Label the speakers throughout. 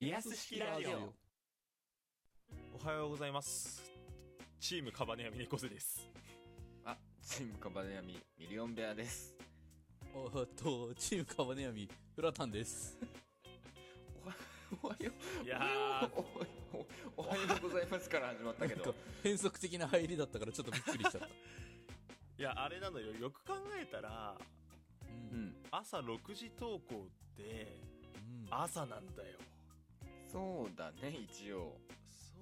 Speaker 1: リアス式ラジオ
Speaker 2: おはようございますチームカバネヤミネコゼです
Speaker 3: あ、チームカバネヤミ、ミリオンベアです。
Speaker 1: おーっとチームカバネヤミフラタンです
Speaker 3: おは
Speaker 2: い
Speaker 3: よ、
Speaker 2: う やー
Speaker 3: おおおはようございますから始まったけ
Speaker 1: なん
Speaker 3: ど
Speaker 1: か。変則的な入りだったからちょっとびっくりしちゃった
Speaker 2: いやあれなのよよく考えたら
Speaker 1: う、
Speaker 3: うんん。
Speaker 2: 朝6時投稿って
Speaker 1: うん、
Speaker 2: 朝なんだよ
Speaker 3: そうだね、一応。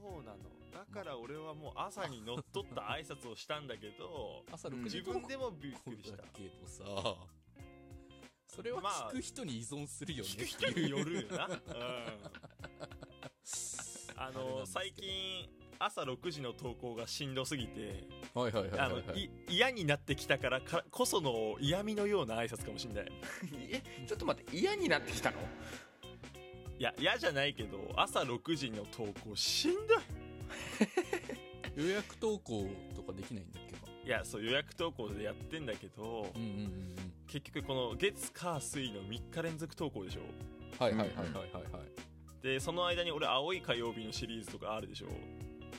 Speaker 2: そうなのだから俺はもう朝にのっとった挨拶をしたんだけど
Speaker 1: 朝6時
Speaker 2: 自
Speaker 1: 投
Speaker 2: 分で
Speaker 1: 稿
Speaker 2: もびっくりした
Speaker 1: だけどさそれは
Speaker 2: まあ
Speaker 1: 聞く人に依存するよね
Speaker 2: 聞く人によるよな、う
Speaker 1: あれな
Speaker 2: ん、あ
Speaker 1: ん
Speaker 2: の
Speaker 1: ですけど
Speaker 2: 最近朝6時の投稿がしんどすぎて
Speaker 1: はいはいはい
Speaker 2: あ
Speaker 1: はい,、
Speaker 2: の
Speaker 1: はい、
Speaker 2: い嫌になってきたからかこその嫌味のような挨拶かもしんない
Speaker 3: え、ちょっと待って、嫌になってきたの
Speaker 2: いや嫌じゃないけど朝6時の投稿しんどい
Speaker 1: 予約投稿とかできないんだっけか
Speaker 2: いやそう予約投稿でやってんだけど
Speaker 1: うんうんうんうん
Speaker 2: 結局この月火水の3日連続投稿でしょ
Speaker 1: はいはいはいはいはいはい、
Speaker 2: でその間に俺青い火曜日のシリーズとかあるでしょ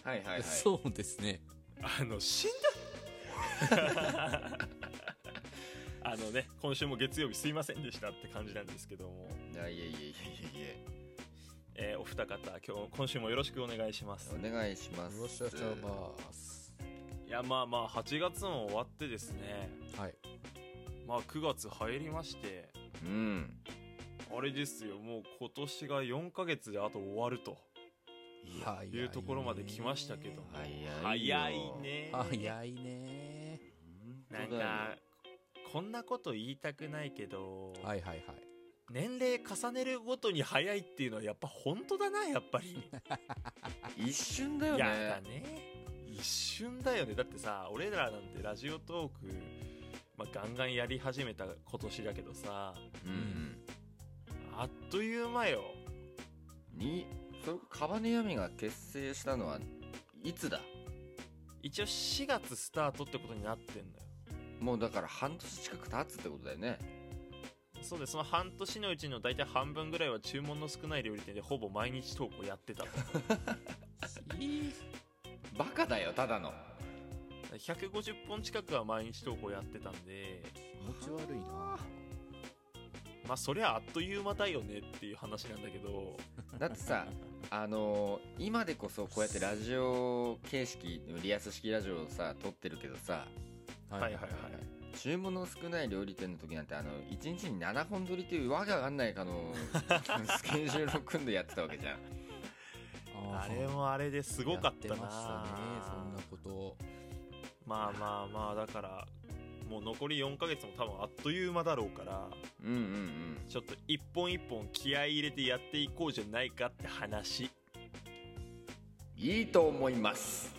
Speaker 3: はい はいはい。
Speaker 1: そうですね
Speaker 2: あのしん どいあのね今週も月曜日すいませんでしたって感じなんですけども、
Speaker 3: いやいやいやいやいやいや
Speaker 2: えーお二方今日今週もよろしくお願いします
Speaker 3: お願いします。
Speaker 1: よっしゃちゃばーす
Speaker 2: いやまあまあ8月も終わってですね
Speaker 1: はい
Speaker 2: まあ9月入りまして
Speaker 3: うん。
Speaker 2: あれですよもう今年が4ヶ月であと終わると
Speaker 1: 早いね
Speaker 2: いうところまで来ましたけども
Speaker 3: 早いよ
Speaker 2: 早いね
Speaker 1: 早いね
Speaker 2: なんかこんなこと言いたくないけど、
Speaker 1: はいはいはい
Speaker 2: 年齢重ねるごとに早いっていうのはやっぱ本当だなやっ ぱり
Speaker 3: 一瞬だよ
Speaker 2: やだ
Speaker 3: ね。
Speaker 2: ね一瞬だよねだってさ俺らなんてラジオトーク、まあ、ガンガンやり始めた今年だけどさ
Speaker 3: うん。
Speaker 2: あっという間よ
Speaker 3: に、それカバネヤミが結成したのは、いつだ
Speaker 2: 一応4月スタートってことになってんのよ
Speaker 3: もうだから半年近く経つってことだよね。
Speaker 2: そうですその半年のうちの大体半分ぐらいは注文の少ない料理店でほぼ毎日投稿やってたと
Speaker 3: バカだよ、ただの。
Speaker 2: 150本近くは毎日投稿やってたんで
Speaker 1: 気持ち悪いな
Speaker 2: まあそりゃあっという間だよねっていう話なんだけど
Speaker 3: だって さあのー今でこそこうやってラジオ形式リアス式ラジオをさ撮ってるけどさ
Speaker 2: はいはいはいはい
Speaker 3: 注文の少ない料理店の時なんてあの1日に7本撮りというわけわかんない かのスケジュールを組んでやってたわけじゃん
Speaker 1: あ
Speaker 2: あれもあれです
Speaker 1: す
Speaker 2: ごかったな
Speaker 1: ましたねそんなこと
Speaker 2: まあまあまあだからもう残り4ヶ月も多分あっという間だろうから
Speaker 3: うんうんうん
Speaker 2: ちょっと一本一本気合い入れてやっていこうじゃないかって話
Speaker 3: いいと思います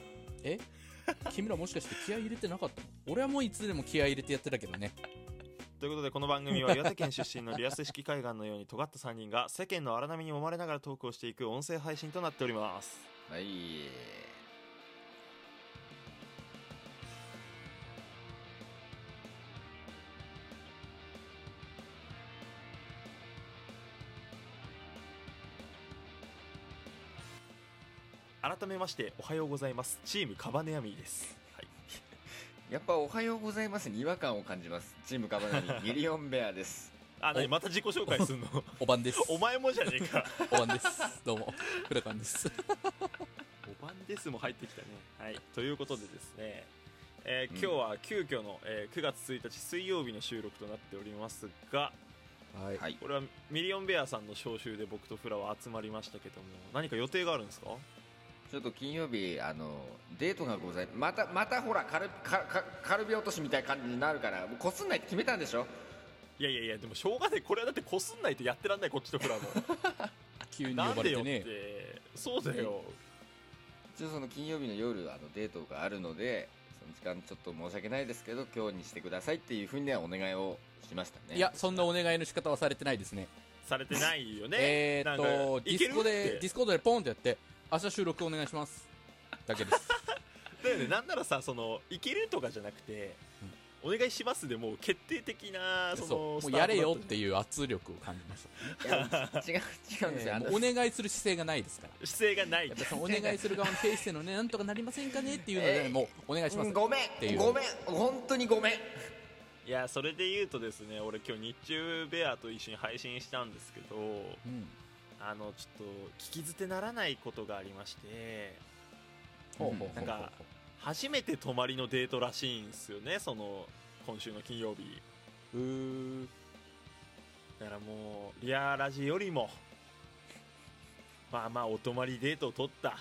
Speaker 1: え 君らもしかして気合い入れてなかったの俺はもういつでも気合い入れてやってたけどね
Speaker 2: ということでこの番組は岩手県出身のリアス式海岸のように尖った3人が世間の荒波に揉まれながらトークをしていく音声配信となっております
Speaker 3: はい
Speaker 2: 改めましておはようございますチームカバネアミーです、はい、
Speaker 3: やっぱ「おはようございます」に違和感を感じますチームカバ ナミミリオンベアです
Speaker 2: あ何また自己紹介す んの
Speaker 1: おばんです
Speaker 2: お前もじゃねえ か
Speaker 1: おばんですどうもフラカンです
Speaker 2: 5番ですも入ってきたね。はい、ということでですね、えー今日は急遽の、えー9月1日水曜日の収録となっておりますが
Speaker 1: はい、
Speaker 3: はい
Speaker 2: これはミリオンベアさんの招集で僕とフラは集まりましたけども何か予定があるんですか
Speaker 3: ちょっと金曜日あのデートがございまたまたほらカルカカカルビ落としみたいな感じになるからもうこすんないって決めたんでしょ
Speaker 2: いやいやいやでもしょうがないこれはだってこすんないとやってらんないこっちとフラも
Speaker 1: 急に
Speaker 2: な
Speaker 1: 呼
Speaker 2: ん
Speaker 1: ば
Speaker 2: で
Speaker 1: れ
Speaker 2: よって
Speaker 1: ね
Speaker 2: てそうだよ
Speaker 3: ちょっとその金曜日の夜あのデートがあるのでその時間ちょっと申し訳ないですけど今日にしてくださいっていうふうにはお願いをしましたね
Speaker 1: いやそんなお願いの仕方はされてないですね
Speaker 2: されてないよね
Speaker 1: えーっと
Speaker 2: なんか
Speaker 1: ディ
Speaker 2: いけ
Speaker 1: ス
Speaker 2: る
Speaker 1: コ
Speaker 2: っ
Speaker 1: で
Speaker 2: て
Speaker 1: ディスコードでポンってやって明日収録お願いしますだけです
Speaker 2: だよねなんならさそのいけるとかじゃなくて、お願いしますでもう決定的な その
Speaker 1: そうも
Speaker 2: ス
Speaker 1: う
Speaker 2: タートだ
Speaker 1: や
Speaker 2: た
Speaker 1: れよっていう圧力を感じました
Speaker 3: いや違う違うんですよ、あの
Speaker 1: もうお願いする姿勢がないですから
Speaker 2: 姿勢がない
Speaker 1: やっぱそのお願いする側のフェイスへのねなんとかなりませんかねっていうので、
Speaker 3: えー
Speaker 1: もうお願いします
Speaker 3: ごめ
Speaker 1: ってい
Speaker 3: ん
Speaker 1: う
Speaker 3: ごめん本当にごめん
Speaker 2: いやそれで言うとですね俺今日日中ベアと一緒に配信したんですけど
Speaker 1: うん
Speaker 2: あのちょっと聞き捨てならないことがありまして
Speaker 1: ほうほうほうほう
Speaker 2: なんか初めて泊まりのデートらしいんですよねその今週の金曜日
Speaker 1: うー
Speaker 2: だからもうリアラジよりもまあまあお泊まりデートを取った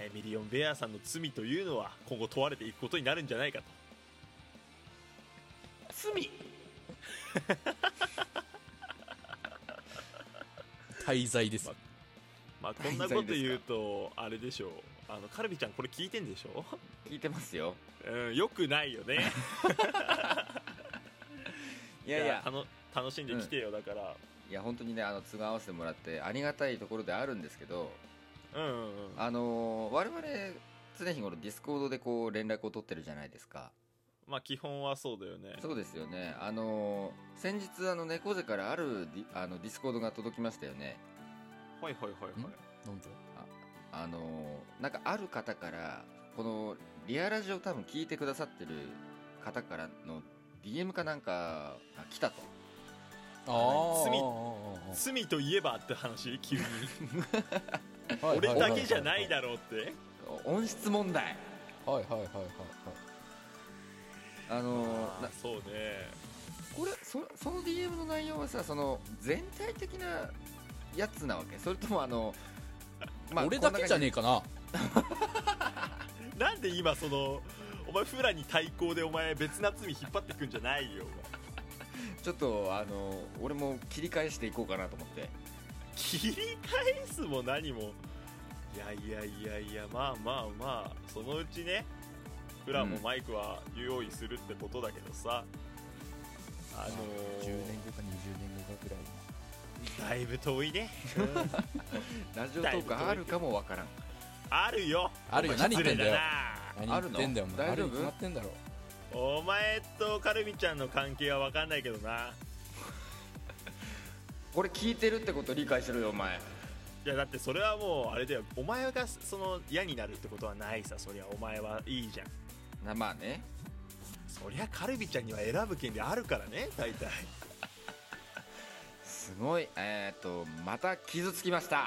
Speaker 2: えーミリオンベアさんの罪というのは今後問われていくことになるんじゃないかと
Speaker 3: 罪
Speaker 1: 滞在です
Speaker 2: ままあこんなこと言うとあれでしょうあのカルビちゃんこれ聞いてんでしょ
Speaker 3: 聞いてますよ
Speaker 2: うんよくないよね
Speaker 3: いやいや
Speaker 2: たの楽しんできてよ、だから
Speaker 3: いや本当にねあの都合合わせてもらってありがたいところであるんですけど
Speaker 2: うんうんうん
Speaker 3: あのー我々常日頃ディスコードでこう連絡を取ってるじゃないですか
Speaker 2: まあ基本はそうだよね
Speaker 3: そうですよねあのー先日あの猫背からあるディあのディスコードが届きましたよね
Speaker 2: はいはいはいはい
Speaker 1: なんぞ
Speaker 3: あのーなんかある方からこのリアラジオ多分聞いてくださってる方からの DM かなんかが来たと
Speaker 1: あ
Speaker 2: 罪
Speaker 1: あ
Speaker 2: 罪といえばって話急に
Speaker 1: はい
Speaker 2: 俺だけじゃないだろうって
Speaker 3: 音質問題
Speaker 1: はいはいはいはいはい
Speaker 3: あのーな
Speaker 2: そうね
Speaker 3: これそその DM の内容はさその全体的なやつなわけそれともあの、
Speaker 1: 俺だけじゃねえかな
Speaker 2: なんで今そのお前フラに対抗でお前別な罪引っ張ってくんじゃないよ
Speaker 3: えちょっとあの俺も切り返していこうかなと思って
Speaker 2: 切り返すも何もいやいやいやいやまあまあまあそのうちねフラもマイクは用意するってことだけどさ、あのー
Speaker 1: 後か20年後かぐらい
Speaker 2: だいぶ遠 いね
Speaker 3: ラジオトークあるかもわからん
Speaker 2: あるよ
Speaker 1: あるよ
Speaker 2: お前
Speaker 1: 何言ってんだよ
Speaker 2: 失礼な
Speaker 1: 何言ってんだよお前
Speaker 3: あ
Speaker 1: ある
Speaker 3: るの
Speaker 1: に決まってんだろ
Speaker 2: お前とカルミちゃんの関係は分かんないけどな
Speaker 3: これ聞いてるってこと理解しろよお前
Speaker 2: いやだってそれはもうあれだよお前がその嫌になるってことはないさそりゃお前はいいじゃん
Speaker 3: なまあね
Speaker 2: そりゃカルビちゃんには選ぶ権利あるからね大体
Speaker 3: すごいえー、っとまた傷つきました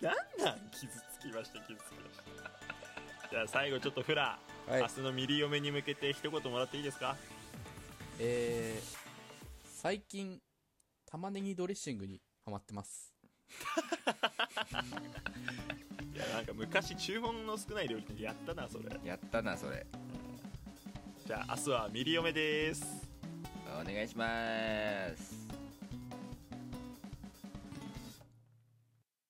Speaker 2: なんなん傷つきました傷つきましたじゃあ最後ちょっとフラ、
Speaker 1: はい
Speaker 2: 明日のミリ嫁に向けて一言もらっていいですか
Speaker 1: えー最近玉ねぎドレッシングにハマってます
Speaker 2: いやなんか昔注文の少ない料理ってやったなそれ
Speaker 3: やったなそれ
Speaker 2: じゃあ明日はミリ嫁です
Speaker 3: お願いします